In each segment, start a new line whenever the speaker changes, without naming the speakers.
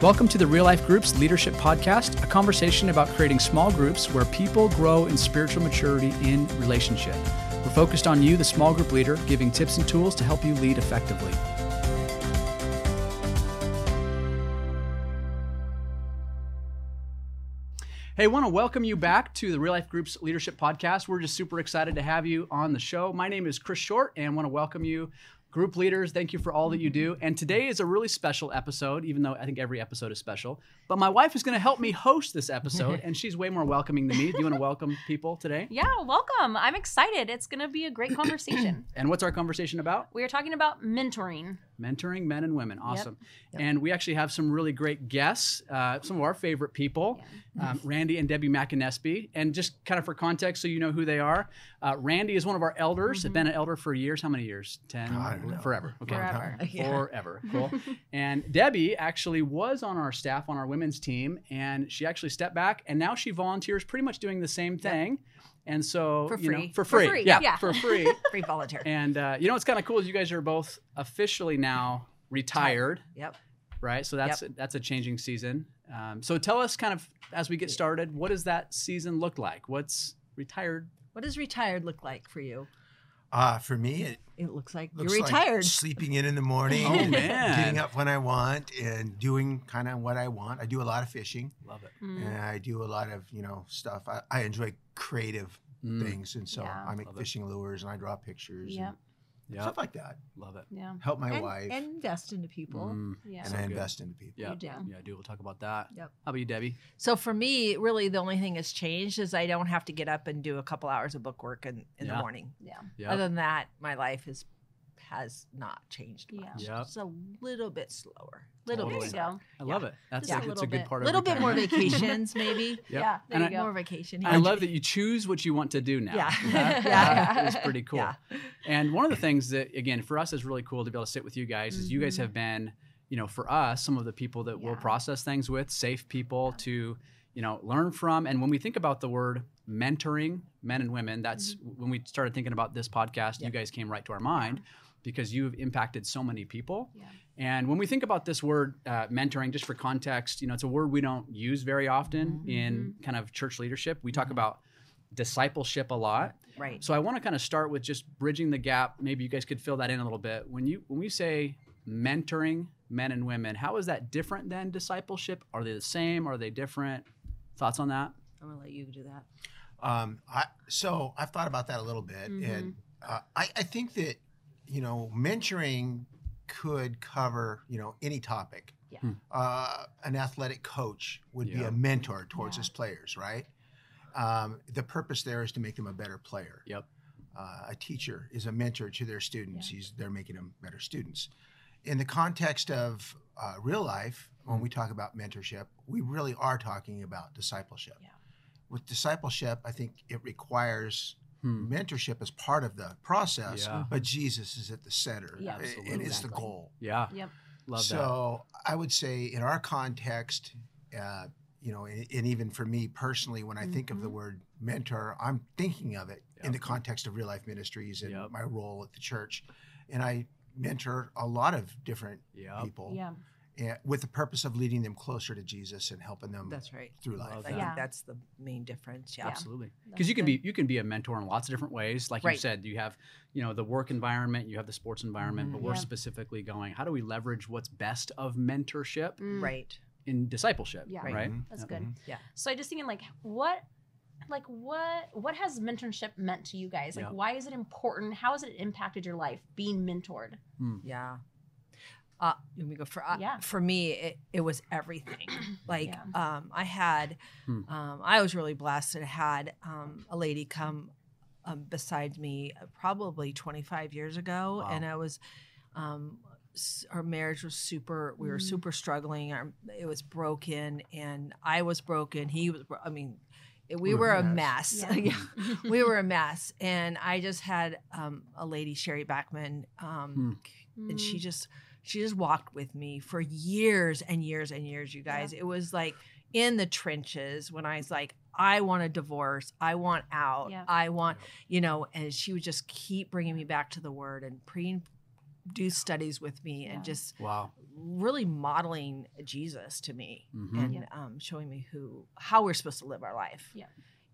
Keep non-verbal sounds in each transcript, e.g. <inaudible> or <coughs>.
Welcome to the Real Life Groups Leadership Podcast, a conversation about creating small groups where people grow in spiritual maturity in relationship. We're focused on you, the small group leader, giving tips and tools to help you lead effectively. Hey, want to welcome you back to the Real Life Groups Leadership Podcast. We're just super excited to have you on the show. My name is Chris Short, and want to welcome you group leaders thank you for all that you do and today is a really special episode even though i think every episode is special but my wife is going to help me host this episode and she's way more welcoming than me do you want to welcome people today
Yeah, welcome. I'm excited. It's going to be a great
<coughs>
conversation.
and what's our conversation about
we are talking about mentoring.
mentoring men and women awesome and we actually have some really great guests uh, some of our favorite people um, randy and debbie mckinesby and just kind of for context so you know who they are uh, randy is one of our elders
Mm-hmm.
has been an elder for years how many years 10
I don't know.
forever okay
Forever.
forever.
<laughs>
Cool. and Debbie actually was on our staff on our women's team, and she actually stepped back, and now she volunteers pretty much doing the same thing. And so
For
you know,
free.
for
For
free,
free,
yeah,
yeah.
for
<laughs>
free.
Free volunteer.
and uh, you know what's kind of cool is you guys are both officially now retired,
Yep.
right? So that's that's a changing season. Um, so tell us, kind of as we get started, what does that season look like? What's retired?
What does retired look like for you?
Uh, for me, it
It looks like
looks
you're
like
retired.
sleeping in in the morning,
Oh
and
man,
getting up when I want, and doing kind of what I want. I do a lot of fishing,
love it.
Mm.
and I do a lot of you know stuff. I, I enjoy creative
Mm,
things, and so
Yeah.
I make
Love it.
fishing lures and I draw pictures
Yep.
and
yep,
stuff like that.
love it.
Yeah.
Help my
and,
wife,
and invest into people.
Mm,
Yeah.
and
So
I
good.
invest into people.
yeah,
You do.
yeah, I do. We'll talk about that.
Yep.
How about you, Debbie?
So for me, really the only thing that's changed is I don't have to get up and do a couple hours of book work in, in
Yeah.
the morning.
Yeah.
Yeah.
Other than that, my life is has not changed much.
Yeah.
Yep.
It's a little bit slower. Little
Totally.
There
bit
you
Yeah.
slower.
go.
I love it. That's like
Just a
it's a good
little bit.
part
A
of
little bit
<laughs>
more
retirement.
vacations, maybe.
Yep.
Yeah. There
And
you go.
More
<laughs>
vacation.
I love that you choose what you want to do now.
Yeah. <laughs>
That-
Yeah.
that is pretty cool.
Yeah.
And one of the things that again for us is really cool to be able to sit with you guys is you guys
Mhm.
have been, you know, for us some of the people that we'll
Yeah.
process things with, safe people to, you know, learn from. And when we think about the word mentoring men and women, that's
Mm-hmm.
when we started thinking about this podcast, you
Yep.
guys came right to our mind because you've impacted so many people.
Yeah.
And when we think about this word uh, mentoring, just for context, you know, it's a word we don't use very often
Mm-hmm.
Mhm.
in kind of church leadership. We talk about discipleship a lot.
Right.
So I want to kind of start with just bridging the gap. Maybe you guys could fill that in a little bit. When you when we say mentoring men and women, how is that different than discipleship? Are they the same? Are they different? Thoughts on that?
I'm gonna let you do that.
Um, I so I've thought about that a little bit, and uh, I, I think that you know mentoring could cover you know any topic.
Yeah.
Hmm.
Uh, an athletic coach would be
Yeah.
a mentor towards
Yeah.
his players, right? Um, the purpose there is to make them a better player.
Yep.
Uh, a teacher is a mentor to their students. He's they're making them better students. In the context of uh, real life, when we talk about mentorship, we really are talking about discipleship with discipleship, I think it requires
Hmm.
mentorship as part of the process,
Yeah.
but Jesus is at the center.
Yeah,
A-
absolutely.
and it's the
Exactly.
goal.
Yeah.
Yep.
Love that.
so I would say, in our context, uh, you know, and, and even for me personally, when I think of the
Mhm.
word mentor, I'm thinking of it
Yep.
in the context of real life ministries and
Yep.
my role at the church. And I mentor a lot of different
Yeah.
people
Yeah.
and, with the purpose of leading them closer to Jesus and helping them
That's right.
through
Um, Love
life.
I
that.
Yeah.
think that's the main difference. Yeah.
Absolutely. Because
That's
you can
good.
be you can be a mentor in lots of different ways. Like you
Right.
said, you have, you know, the work environment, you have the sports environment, but
Mhm.
we're
Mm-hmm. Yeah.
specifically going, how do we leverage what's best of mentorship
Mm.
Right.
in discipleship?
Yeah.
Right.
Right. Mhm.
That's good.
Mm-hmm.
Yeah.
So I just thinking like what like what what has mentorship meant to you guys? Like
Yeah.
why is it important? How has it impacted your life being mentored?
Yeah. Uh, let me go for uh,
Yeah.
for me it, it was
<clears throat>
everything like
Yeah.
um, I had
Hmm.
um, I was really blessed and had um, a lady come um, beside me uh, probably 25 years ago
Wow.
and I was um, s- our marriage was super we were
Mhm.
super struggling our, it was broken and I was broken he was bro- I mean it, we
We
were
were
a
a
mess,
Yeah.
<laughs> Yeah
<laughs>
we were a mess and i just had um, a lady sherry backman um,
Mm.
and she just she just walked with me for years and years and years you
Yeah.
guys it was like in the trenches when i was like i want a divorce i want out
Yeah.
i want
Yeah.
you know and she would just keep bringing me back to the word and praying do studies with me and
Yeah.
just
Wow.
really modeling Jesus to me
Mhm.
and um, showing me who how we're supposed to live our life.
Yeah.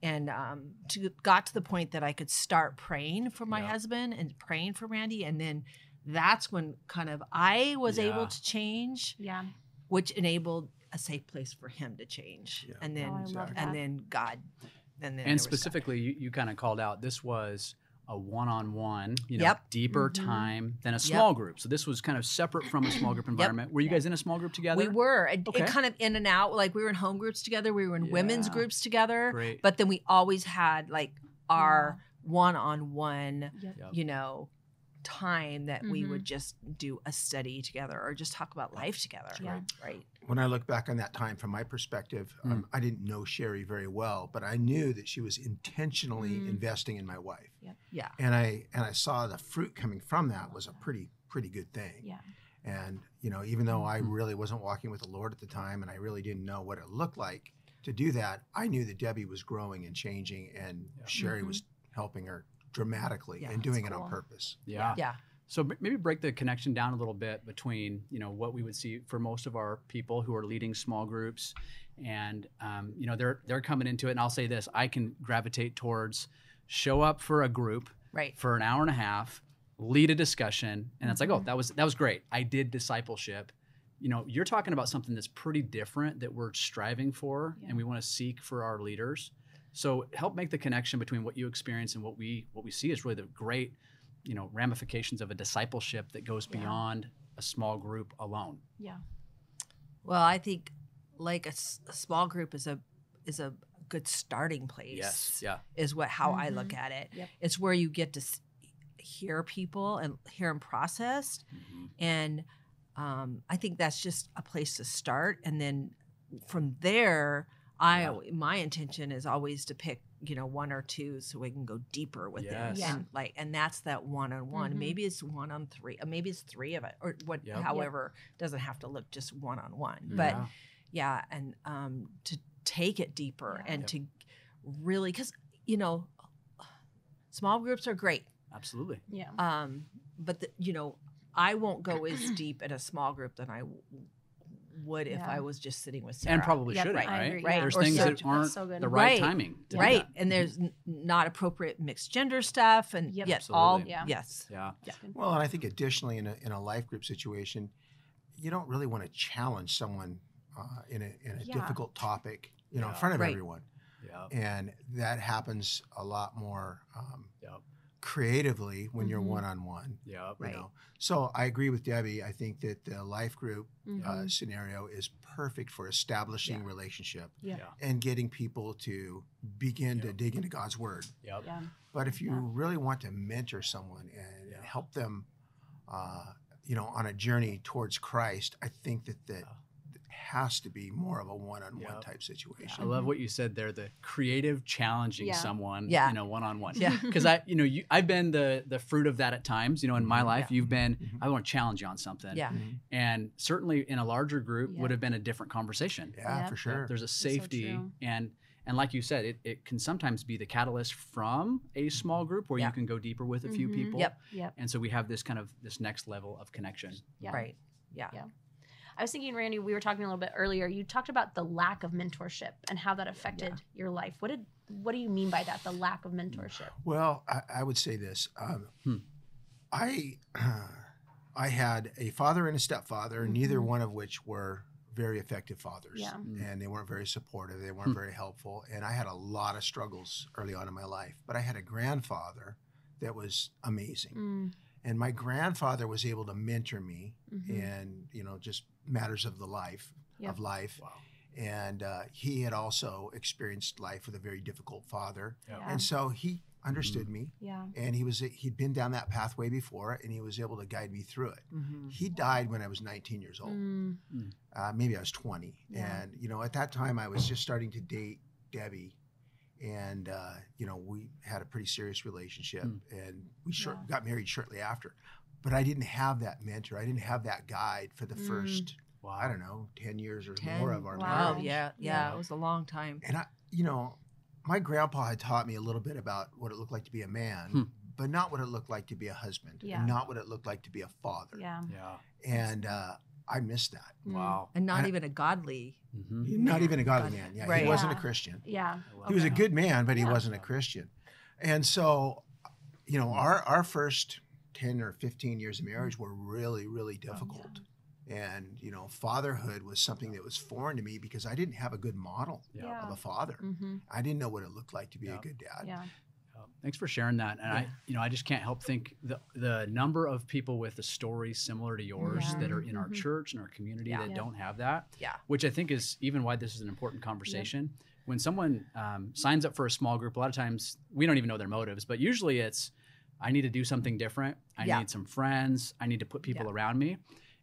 And um, to got to the point that I could start praying for my
Yeah.
husband and praying for Randy, and then that's when kind of I was
Yeah.
able to change,
Yeah.
which enabled a safe place for him to change,
Yeah.
and then
oh, I love
Exactly.
that.
and then God, and then there
and
was God.
specifically you, you kind of called out this was a one-on-one you know
Yep. Mm-hmm.
deeper
Mhm.
time than a small group so this was kind of separate from a small group environment were you
Yeah.
guys in a small group together
We were. It, it
Okay.
kind of in and out. Like we were in home groups together. We were in women's
Yeah.
groups together.
great
But then we always had like our one on one,
Yep.
Yep.
you know, time that we
Mhm.
would just do a study together or just talk about life together.
Yeah.
Right.
When I look back on that time from my perspective, um, I didn't know Sherry very well, but I knew that she was intentionally
Mm.
investing in my wife.
Yep.
Yeah.
And I and I saw the fruit coming from that was a pretty pretty good thing.
Yeah. Mm-hmm.
And you know, even though I
Mhm.
really wasn't walking with the Lord at the time, and I really didn't know what it looked like to do that, I knew that Debbie was growing and changing, and
Yeah.
Sherry was helping her dramatically
Yeah,
and
Mm-hmm.
doing
that's
it
cool.
on purpose.
yeah.
Yeah.
so b- maybe break the connection down a little bit between you know what we would see for most of our people who are leading small groups and um, you know they're they're coming into it and i'll say this i can gravitate towards show up for a group
Right.
for an hour and a half, lead a discussion, and it's like, oh, that was that was great. I did discipleship. You know, you're talking about something that's pretty different that we're striving for
Yeah.
and we want to seek for our leaders. So help make the connection between what you experience and what we what we see is really the great, you know, ramifications of a discipleship that goes
Yeah.
beyond a small group alone.
Yeah.
Well, I think like a, s- a small group is a is a good starting place.
Yes. Yeah.
Is what how I look at it.
Yep.
It's where you get to s- hear people and hear them processed and um, I think that's just a place to start. And then from there, I
Yeah.
al- my intention is always to pick you know one or two so we can go deeper with them.
Yes.
Yeah.
And like and that's that one on one.
Mhm.
Maybe it's one on three. Or maybe it's three of it or what.
Yep. Yep.
However, doesn't have to look just one on one. But
Yeah.
yeah, and um, to take it deeper
Yeah.
and
Yep.
to really because you know small groups are great
absolutely.
Yeah.
um but the, you know i won't
<clears throat>
go as deep in a small group than i w- would if
Yeah.
i was just sitting with Sarah.
And probably
Yep,
shouldn't,
I
right?
agree.
Right.
There's
Or
things
so-
that aren't
so good.
the right,
Right.
timing. to do
right
that.
and there's n- not appropriate mixed gender stuff and
Yep.
yes all
Absolutely.
Yeah.
yes
Yeah.
That's good.
Well, and I think additionally, in a, in a life group situation, you don't really want to challenge someone uh, in a, in a
Yeah.
difficult topic, you know, in
Yeah.
front of
Right.
everyone.
Yeah.
And that happens a lot more um,
Yep.
creatively when you're
Mhm.
one on one.
Yeah.
You
Right.
know, so I agree with Debbie. I think that the life group
Mhm.
uh, scenario is perfect for establishing relationship
Yeah.
Yeah.
and getting people to begin to
Yeah.
dig into God's word.
Yep.
Yeah.
But if you
Yeah.
really want to mentor someone and
Yeah.
help them, uh, you know, on a journey towards Christ, I think that that has to be more of a one-on-one
Yeah.
type
I
situation.
love what you said there, the creative challenging
Yeah.
someone,
Yeah.
you know, one on one.
Yeah.
<laughs> Because I, you know, you, I've been the the fruit of that at times. You know, in my
Mhm.
life,
Yeah.
you've been,
Mhm.
I want to challenge you on something.
yeah
Mhm.
And certainly in a larger group
Yeah.
would have been a different conversation.
Yeah,
Yeah.
for sure.
There's a
so
safety
true.
and and like you said, it, it can sometimes be the catalyst from a small group where
Yeah.
you can go deeper with a few
Mhm.
people.
Yep.
Yep.
And so we have this kind of this next level of connection.
Yeah.
right yeah
Yeah. I was thinking, Randy, we were talking a little bit earlier. You talked about the lack of mentorship and how that affected your life. What did what do you mean by that? The lack of mentorship.
Well, I, I would say this. Um,
Hmm.
I I had a father and a stepfather, neither
Mhm.
one of which were very effective fathers.
Yeah.
Mm.
And they weren't very supportive. They weren't
Hmm.
very helpful. And I had a lot of struggles early on in my life. But I had a grandfather that was amazing.
Mm,
And my grandfather was able to mentor me
mhm.
in, you know, just matters of the life
Yep.
of life.
Wow.
And uh, he had also experienced life with a very difficult father.
Yeah.
And so he understood
Mm.
me
Yeah.
and he was he'd been down that pathway before and he was able to guide me through it
Mhm.
he died when i was 19 years old
Mm-hmm. Mm,
uh, maybe i was 20
Yeah.
and you know at that time i was just starting to date debbie and uh, you know we had a pretty serious relationship
Mm.
and we short,
Yeah.
got married shortly after but i didn't have that mentor i didn't have that guide for the
Mm.
first
Wow.
i don't know 10 years or
Ten.
more of our
wow
marriage
Oh, yeah
Yeah.
yeah it was a long time
and I, you know, my grandpa had taught me a little bit about what it looked like to be a man,
Hmm.
but not what it looked like to be a husband, and
Yeah.
not what it looked like to be a father.
Yeah.
Yeah.
And uh, I missed that.
Mm.
Wow.
and not
And-
even a godly.
Mm-hmm.
Not even a godly man. Yeah,
Right.
he wasn't
Yeah.
a Christian.
Yeah.
He was a
Okay.
good man, but he
Yeah.
wasn't a Christian. And so, you know, our our first ten or fifteen years of marriage were really, really
Oh,
difficult. And you know, fatherhood was something that was foreign to me because I didn't have a good model
Yeah.
Yeah.
of a father.
Mm-hmm.
I didn't know what it looked like to be
Yeah.
a good dad.
Yeah.
Yeah. Oh, Thanks for sharing that. And I,
Yeah.
you know, I just can't help think the the number of people with a story similar to yours
Yeah.
that are in our
Mhm.
church and our community
Yeah.
that
Yeah.
don't have that.
Yeah.
Which I think is even why this is an important conversation. When someone um, signs up for a small group, a lot of times we don't even know their motives, but usually it's, I need to do something different. I
Yeah.
need some friends. I need to put people around me.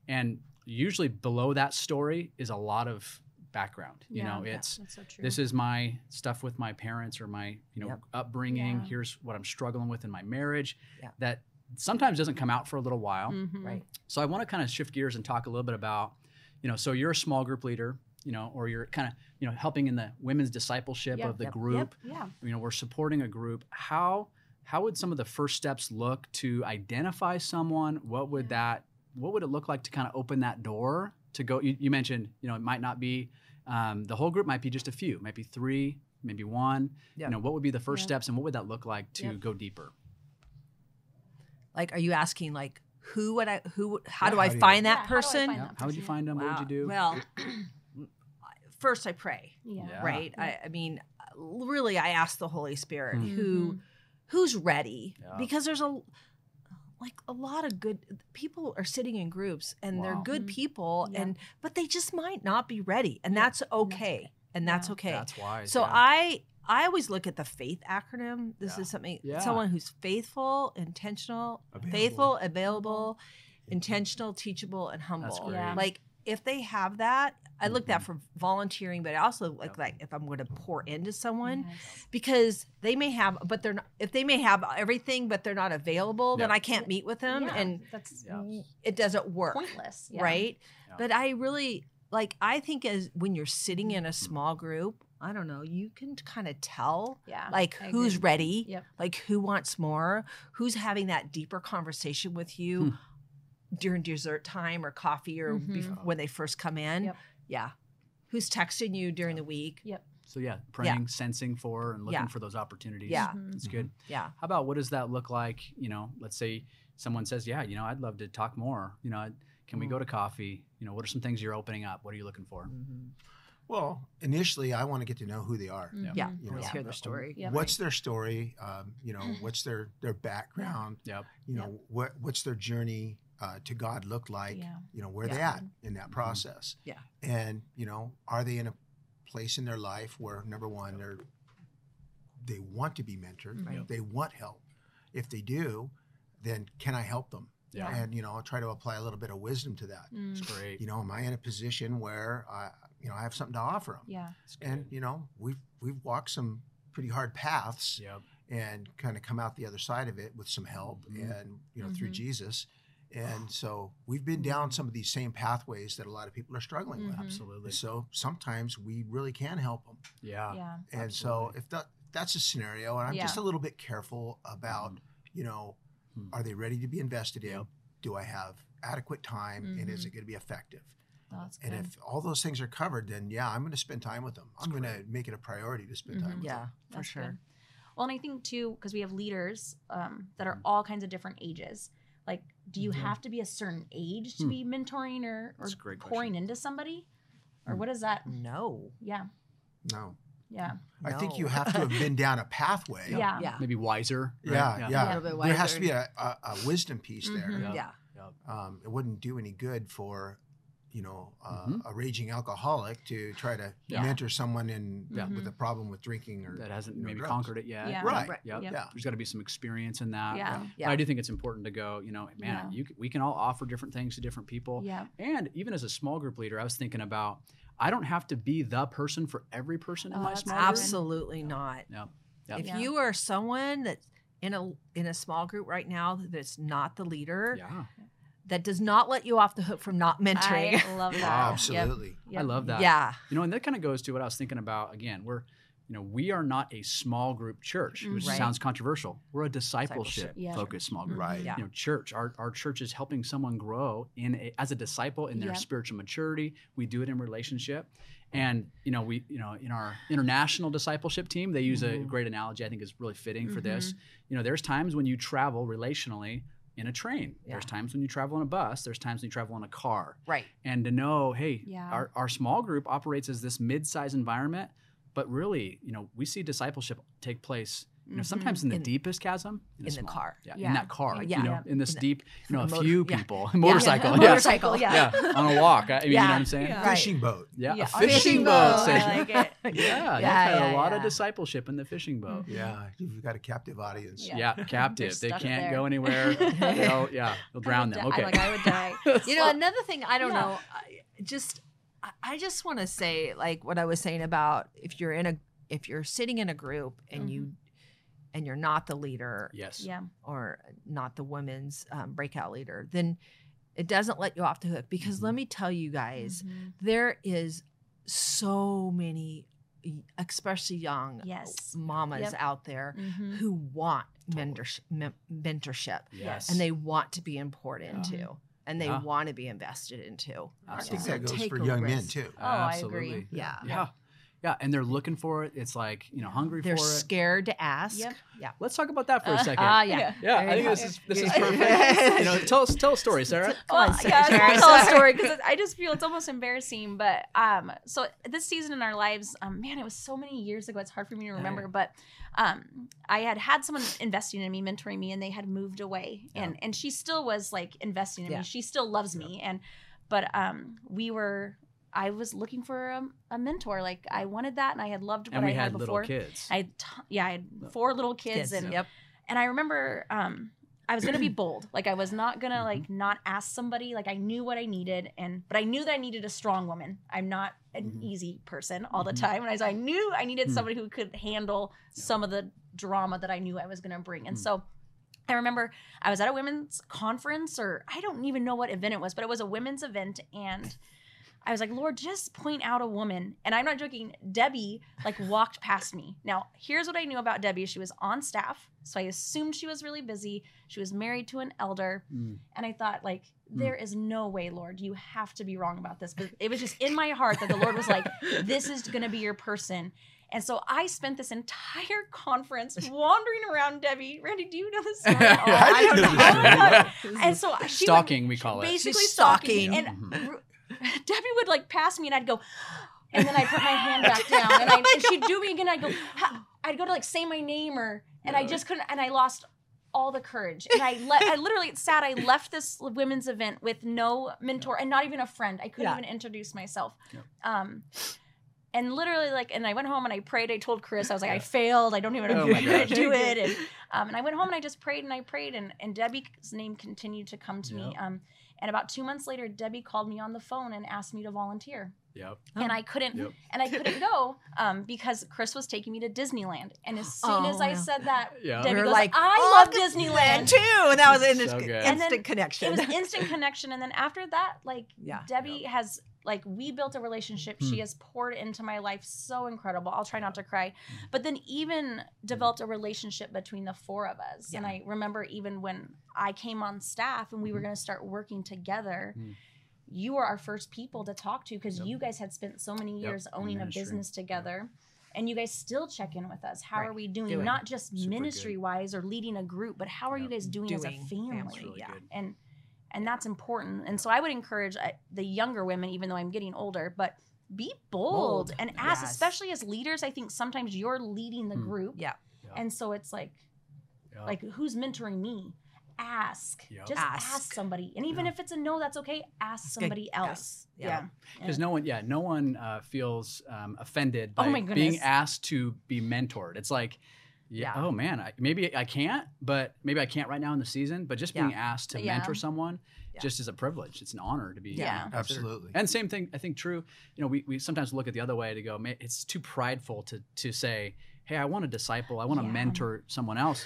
And usually below that story is a lot of background. You
Yeah.
know,
Yeah.
it's
That's so true.
this is my stuff with my parents or my you know
Yep.
upbringing
Yeah.
here's what i'm struggling with in my marriage
Yeah. Mm.
that sometimes doesn't come out for a little while
Mhm.
Right.
so i want to kind of shift gears and talk a little bit about you know so you're a small group leader you know or you're kind of you know helping in the women's discipleship
Yep.
of the
Yep. Yep.
group
Yeah.
you know we're supporting a group how how would some of the first steps look to identify someone what would that what would it look like to kind of open that door to go you, you mentioned you know it might not be um, the whole group might be just a few might be three maybe one
Yeah.
you know what would be the first
Yeah.
steps and what would that look like to
Yeah.
go deeper
Like, are you asking like who would I who how
Yeah,
do
how
I
do you-
find
Yeah,
that
how do I
person?
find Yeah.
Yeah. how would you find them what would you do
Wow.
<clears throat>
Well, first I pray,
Yeah.
Yeah.
right? I, I mean, really, I ask the Holy Spirit
Mhm.
who who's ready
Yeah.
because there's a like a lot of good people are sitting in groups and they're
Wow.
good
Mhm.
people
Yeah.
and but they just might not be ready and
Yeah,
that's
okay.
okay and that's
Yeah.
okay.
that's wise
so
yeah.
I I always look at the faith acronym. This
Yeah.
is something
Yeah.
someone who's faithful, intentional,
Available.
faithful, available, intentional, teachable, and
That's
humble.
great.
Yeah.
Like if they have that, I look that
Mm-hmm.
Mhm.
for volunteering, but I also look
Yep.
like if I'm going to pour into someone
Yes.
because they may have, but they're not. If they may have everything, but they're not available, then
Yep.
I can't meet with them,
Yeah,
and
that's
Yeah.
it doesn't work,
pointless. Yeah.
right?
Yeah.
But I really like. I think as when you're sitting in a
Mm-hmm.
small group, I don't know, you can kind of tell
Yeah.
like
I
who's
agree.
ready
Yep.
like who wants more who's having that deeper conversation with you
Hmm.
during dessert time or coffee or bef-
Mhm.
when they first come in
Yep.
yeah who's texting you during the week
so yeah praying sensing for and looking
Yeah.
for those opportunities
Yeah. Mm-hmm.
Mhm.
That's good.
Yeah.
How about what does that look like? You know, let's say someone says, "Yeah, you know, I'd love to talk more. You know, I- can we go to coffee? You know, what are some things you're opening up? What are you looking for?"
Mm-hmm. Well, initially, I want to get to know who they are.
yeah
Mhm.
You
let's
know,
hear their
uh,
story
Yep.
What's their story? Um, you know, what's their their background?
Yep.
You know, what what's their journey uh, to God look like?
Yeah.
You know, where they
Yeah.
at in that
Mhm.
process?
Yeah.
And you know, are they in a place in their life where number one, they're they want to be mentored,
Right.
they want help. If they do, then can I help them?
Yeah.
And you know, I'll try to apply a little bit of wisdom to that.
Mm.
It's great.
You know, am I in a position where I, you know, I have something to offer them?
Yeah.
It's
and
good.
you know we've we've walked some pretty hard paths
Yep.
and kind of come out the other side of it with some help
Mhm.
and you know through
Mhm.
jesus and so we've been down some of these same pathways that a lot of people are struggling with
Mhm.
Absolutely.
And so sometimes we really can help them
Yeah.
Yeah.
and
Absolutely.
so if that that's a scenario and i'm
Yeah.
just a little bit careful about you know
Mhm.
are they ready to be invested in
Yep.
do i have adequate time and is
Mhm.
it going to be effective
Oh, that's
and
good.
if all those things are covered, then yeah, I'm going to spend time with them. I'm going to make it a priority to spend
Mhm.
time with
yeah
them.
for
That's
sure
good. Well, and I think too, because we have leaders um, that are
Mhm.
all kinds of different ages. Like, do you
Mhm.
have to be a certain age to
Hmm.
be mentoring or, or
That's a great
pouring
question.
into somebody? Or
Hmm.
what is that?
no,
Yeah,
No,
yeah,
I think
<laughs>
you
No.
have to have been down a pathway.
yeah,
yeah yeah,
Maybe wiser. right?
Yeah, yeah.
A little bit
There has to
wiser.
be a, a, a wisdom piece
Mhm.
there.
Yeah.
Um, it wouldn't do any good for, you know, uh,
Mhm.
a raging alcoholic to try to
Yeah.
mentor someone in
Yeah.
with a problem with drinking or
That hasn't
you know,
maybe
drugs.
conquered it yet.
Yeah.
Right.
Right.
Yep.
Yep.
Yeah.
There's got to be some experience in that.
yeah,
But I do think it's important to go, you know, man,
Yeah.
you c- we can all offer different things to different people.
yeah.
And even as a small group leader, I was thinking about I don't have to be the person for every person in
Oh,
my
that's
small group.
absolutely not
Yep. Yep.
if
Yeah.
you are someone that's in a in a small group right now that's not the leader
Yeah.
that does not let you off the hook from not mentoring
<laughs>
<laughs>
I love that.
Wow.
Yep,
Absolutely.
I
yep.
love that.
yeah
You know, and that kind of goes to what I was thinking about. Again, we're you know, we are not a small group church, which
Right.
sounds controversial. We're a discipleship,
Discipleship.
Yeah.
focused small group.
Mm-hmm.
Right.
Yeah.
You know, church. Our our church is helping someone grow in a, as a disciple in their
Yeah.
spiritual maturity. We do it in relationship, and you know, we you know in our international discipleship team, they use a
Mhm.
great analogy. I think is really fitting for this.
Mm-hmm.
You know, there's times when you travel relationally in a train. There's
Yeah.
times when you travel on a bus. There's times when you travel in a car
Right.
and to know, hey,
Yeah.
our, our small group operates as this mid-sized environment, but really, you know, we see discipleship take place, you know,
Mhm.
sometimes in the
Mm-hmm. In-
deepest chasm, a
in the
small-
car.
yeah,
Yeah.
in that car,
Yeah.
you know, in this
In the-
deep, you know, a
<laughs> motor-
few
yeah.
people,
<laughs>
<laughs>
motorcycle, yeah.
Motorcycle.
yeah.
yeah, on a walk. I, I mean, you know
Yeah.
what I'm saying?
Yeah.
Right.
Fishing boat.
Yeah,
Yeah,
a fishing,
fishing
boat.
boat.
session.
I
it.
<laughs>
like <laughs>
Yeah, you've
Yeah,
had
yeah,
a lot of
yeah. Mm-hmm.
discipleship in the fishing boat.
Yeah, you've got a captive audience.
Yeah,
<laughs>
captive. They
stuck up
can't
there.
go anywhere. They'll- yeah, they'll drown
I
them.
would
Okay.
Di- like, I would die.
<laughs>
<laughs>
you know another thing i don't
Yeah.
know I, just I- i just want to say like what i was saying about if you're in a if you're sitting in a group and you and you're not the leader
yes.
yeah.
or not the women's um, breakout leader then it doesn't let you off the hook because
Mm-hmm.
let me tell you guys
Mhm.
there is so many y- especially young
Yes.
mamas
Yep.
out there
Mhm.
who want mentorship, men- mentorship
Yes.
and they want to be poured
Yeah.
into and they
Yeah. Uh,
want to be invested Uh, into.
I think
Absolutely.
that goes
Take
for
a
young men
risk.
too.
Oh, I
Absolutely.
agree.
Yeah.
Yeah. Yeah. And they're looking for it. It's like, you know, hungry
They're
for it.
scared to ask.
Yep.
Yeah.
Let's talk about that for a
Uh,
second.
Ah, yeah.
yeah,
there
I
you
think
go.
this is this is <laughs>
Yeah.
perfect. you
<laughs>
know, tell us tell a story, Sarah.
Well,
on,
yeah, I was
Sarah,
<laughs>
gonna tell a
sorry.
story because I just feel it's almost embarrassing. But um, so this season in our lives, um, man, it was so many years ago. It's hard for me to remember. But um, I had had someone investing in me, mentoring me, and they had moved away, and and she still was like investing in
Yeah.
me. She still loves me, and but um, we were. I was looking for a, a mentor. Like I wanted that, and I had loved what
And we
I had,
had little
before.
kids.
I had t- yeah, I had four little kids, and
Yep.
and I remember um I was gonna be bold. Like I was not gonna
Mhm.
like not ask somebody. Like I knew what I needed, and but I knew that I needed a strong woman. I'm not an
Mhm.
easy person all
Mhm.
the time, and I, so I knew I needed
Mm.
somebody who could handle
Yeah.
some of the drama that I knew I was gonna bring. And
Mm.
so I remember I was at a women's conference, or I don't even know what event it was, but it was a women's event, and I was like, Lord, just point out a woman. And I'm not joking. Debbie like walked past me. Now, here's what I knew about Debbie. She was on staff. So I assumed she was really busy. She was married to an elder.
Mm.
And I thought, like,
Hmm.
there is no way, Lord, you have to be wrong about this. But it was just in my heart that the Lord was
<laughs>
like, this is going to be your person. And so I spent this entire <laughs> conference wandering around Debbie. Randy, do you know this story?
<laughs>
at all?
I
didn't
don't
know this
Oh my
story.
God.
<laughs>
And so she would-
Stalking, we call it.
basically
She's
stalking.
stalking.
And
Mm-hmm.
r- Debbie would like pass me, and I'd go, and then I would put
<laughs>
my hand back down, and,
Oh
I, and she'd do me again. I'd go, "Ha," I'd go to like say my name, or and I
Yeah.
just couldn't, and I lost all the courage, and I let, I literally, it's sad, I left this women's event with no mentor and not even a friend. I couldn't
Yeah.
even introduce myself.
Yeah.
Um. And literally, like, and I went home and I prayed. I told Chris, I was like, I failed. I don't even know
Oh
if
my
I'm gonna
gosh.
do it. And um, and I went home and I just prayed and I prayed and, and Debbie's name continued to come to me. Um, and about two months later, Debbie called me on the phone and asked me to volunteer,
Yep.
and
Oh.
I couldn't
Yep.
and I couldn't
<laughs>
go um, because Chris was taking me to Disneyland. And as soon as
Oh,
I
wow.
said that,
Yeah.
Debbie
We're
goes,
like,
"I
"Oh,
love
the- <laughs>
Disneyland."
too. And that was an
So
instant,
good.
And then
instant
It
connection.
was instant connection, and then after that, like
<laughs> yeah.
Debbie has like we built a relationship.
Hmm.
She has poured into my life so incredible. I'll try not to cry. But then even developed a relationship between the four of us. And
Yeah.
I remember even when I came on staff and we were
Mhm.
going to start working together,
Mm.
you were our first people to talk to cuz
Yep.
you guys had spent so many
Yep,
years
in
owning a
ministry.
business together. And you guys still check in with us. How are
Right.
we doing?
Doing.
Not just
Super good.
ministry wise or leading a group, but how are
Yep.
you guys doing, as a
Doing.
family?
That's
really
yeah.
good.
And and that's important. And so I would encourage uh, the younger women, even though I'm getting older, but be bold,
Bold.
and ask,
Yes.
especially as leaders. I think sometimes you're leading the
Mm.
group,
Yeah.
Yeah.
and so it's like,
Yeah.
like who's mentoring me? Ask,
Yep.
just ask.
Ask.
somebody, and even
Yeah.
if it's a no, that's okay. Ask
good.
somebody else.
Yeah.
Yeah.
Because no one, yeah, no one uh, feels um, offended
Oh
by
my
being
goodness.
asked to be mentored. It's like, yeah,
Yeah.
oh man, I, maybe I can't, but maybe I can't right now in the season. But just being
Yeah.
asked to
Yeah.
mentor someone
Yeah.
just is a privilege. It's an honor to be. you know,
Yeah.
considered.
Absolutely.
And same thing, I think true. You know, we, we sometimes look at the other way to go. "Man, It's too prideful to to say, "Hey, I want to disciple. I want to
Yeah.
mentor someone else."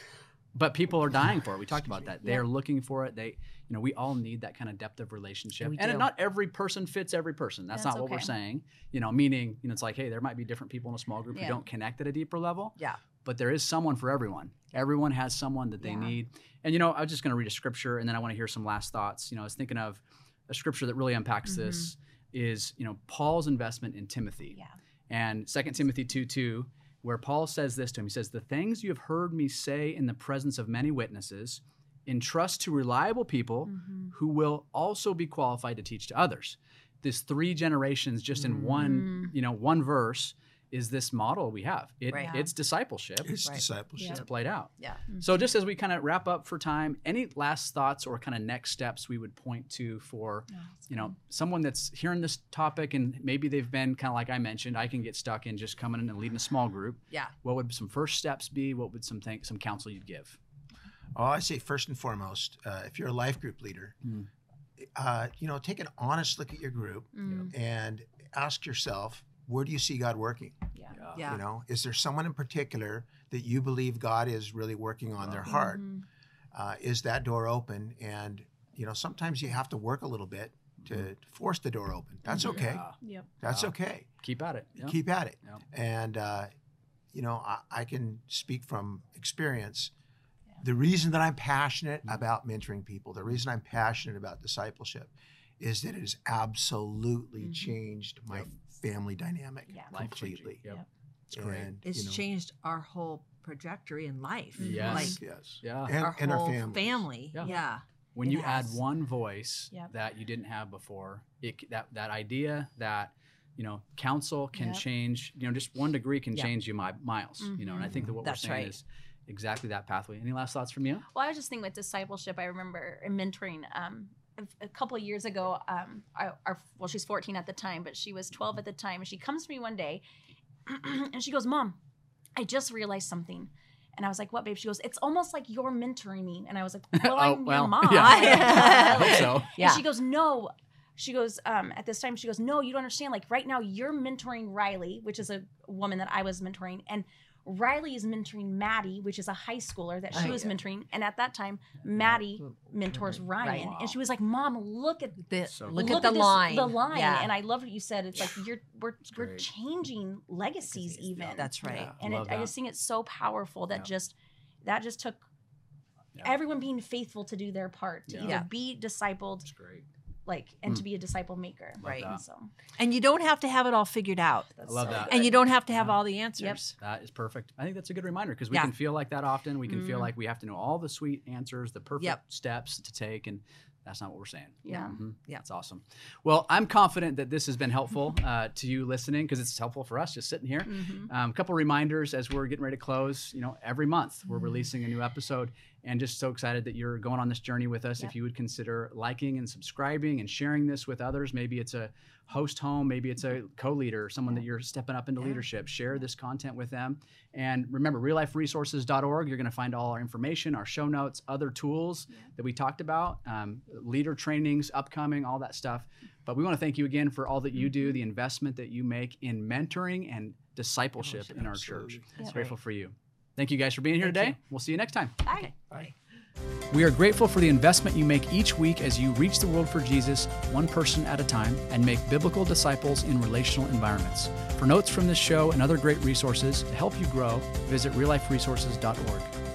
but people are dying for it. We talked about
Excuse
that. They are looking for it. They, you know, we all need that kind of depth of relationship.
We
and
do.
not every person fits every person. That's,
That's
not what we're
okay.
saying. You know, meaning, you know, it's like, hey, there might be different people in a small group
Yeah.
who don't connect at a deeper level.
Yeah.
But there is someone for everyone. Everyone has someone that they
Yeah.
need. And you know, I was just going to read a scripture, and then I want to hear some last thoughts. You know, I was thinking of a scripture that really unpacks this is you know Paul's investment in Timothy
Yeah.
and 2 Timothy 2 2, where Paul says this to him. He says, The things you have heard me say in the presence of many witnesses, entrust to reliable people
Mm-hmm.
Mhm.
who will also be qualified to teach to others. This three generations just in
Mm-hmm.
Mm-hmm.
one, you know, one verse is this model we have. It,
Right.
It's discipleship.
It's
Right.
discipleship.
It's played out.
Yeah. Mm-hmm.
So just as we kind of wrap up for time, any last thoughts or kind of next steps we would point to for
No, that's
you know
good.
someone that's hearing this topic and maybe they've been kind of like i mentioned i can get stuck in just coming in and leading a small group
Yeah.
what would some first steps be what would some think some counsel you'd give
Well, I say first and foremost, uh, if you're a life group leader,
Mm.
uh, you know, take an honest look at your group
Mm.
and ask yourself, where do you see God working?
yeah,
Yeah.
You know, is there someone in particular that you believe God is really working on their heart?
Mhm.
Uh, is that door open? And you know, sometimes you have to work a little bit to force the door open. That's
Mhm.
okay.
Yeah.
Yep.
That's
Hmm. Yeah.
okay.
Uh, keep at it yeah.
Keep at it.
Yeah.
And uh, you know, I, I can speak from experience.
Yeah.
The reason that I'm passionate
Mhm.
about mentoring people, the reason I'm passionate about discipleship, is that it has absolutely
Mm-hmm.
Mhm.
changed my
Yep.
family dynamic
Yeah.
Life-changing.
completely.
Yep.
Yep.
it's great
And,
It's
you know,
changed our whole trajectory in life.
Yes.
Like
yes.
yeah
And
our
our, and
whole
our families.
family.
Yeah.
Yeah.
when
It
you add
has.
one voice
Yep.
that you didn't have before it, c- that that idea that you know counsel can
Yep.
change you know just one degree can
Yeah. Mm-hmm.
change you mi- miles you know and i think that what
That's
we're saying
right.
is exactly that pathway any last thoughts from
<laughs>
you
Well, I was just thinking with discipleship, I remember in mentoring um, a, a couple of years ago. Um, I, our, well, she's 14 at the time, but she was 12 at the time. And she comes to me one day <clears throat> and she goes, Mom, I just realized something. And I was like, What, babe? She goes, It's almost like you're mentoring me. And
<laughs>
I was like, Well,
Oh,
I'm
well,
your mom. <laughs>
yeah.
I
hope so
And she goes, no. She goes, um, at this time, she goes, no, you don't understand. Like right now, you're mentoring Riley, which is a woman that I was mentoring, and Riley is mentoring Maddie, which is a high schooler that she
Right.
was mentoring. And at that time, Maddie mentors Ryan,
Right.
and she was like, "Mom, look at
The-
So
look,
cool.
at the
this-
line.
the line."
Yeah.
And I love what you said. It's like you're we're we're
Great.
changing legacies, even.
That's right.
Yeah.
and it,
Love
I
that.
just think it's so powerful that
Yeah.
just that just took
Yeah.
everyone being faithful to do their part to
Yeah.
either
Yeah.
be discipled
It's great.
like and
Mm.
to be a disciple maker
Love
Right.
that.
so
And you don't have to have it all figured out.
that's
I love
so
that.
good.
And you don't have to have
Yeah.
all the answers.
That is perfect. I think that's a good reminder because we
Yeah. Mm-hmm.
can feel like that often. We can feel
Mhm.
like we have to know all the sweet answers, the perfect
Yep.
steps to take, and that's not what we're saying.
Yeah.
Mhm.
Yeah. Mm-hmm.
That's awesome. Well, I'm confident that this has been helpful uh, to you listening because it's helpful for us just sitting here.
Mhm.
Um, a couple reminders as we're getting ready to close. You know, every month we're
Mm-hmm.
Mhm.
releasing a new episode, and just so excited that you're going on this journey with us.
Yep.
If you would consider liking and subscribing and sharing this with others, maybe it's a host home, maybe it's a co-leader, someone that you're stepping up into
Mm-hmm. Yeah.
leadership. Share this content with them, and remember, realliferesources.org. You're going to find all our information, our show notes, other tools that we talked about, um, leader trainings, upcoming, all that stuff. But we want to thank you again for all that you
Mm-hmm.
do, the investment that you make in mentoring and discipleship in our church.
Absolutely.
It's
That's
grateful for you. Thank you guys for being here
Thank
today.
you.
We'll see you next time.
Bye.
Bye.
We are grateful for the investment you make each week as you reach the world for Jesus, one person at a time, and make biblical disciples in relational environments. For notes from this show and other great resources to help you grow, visit realliferesources.org.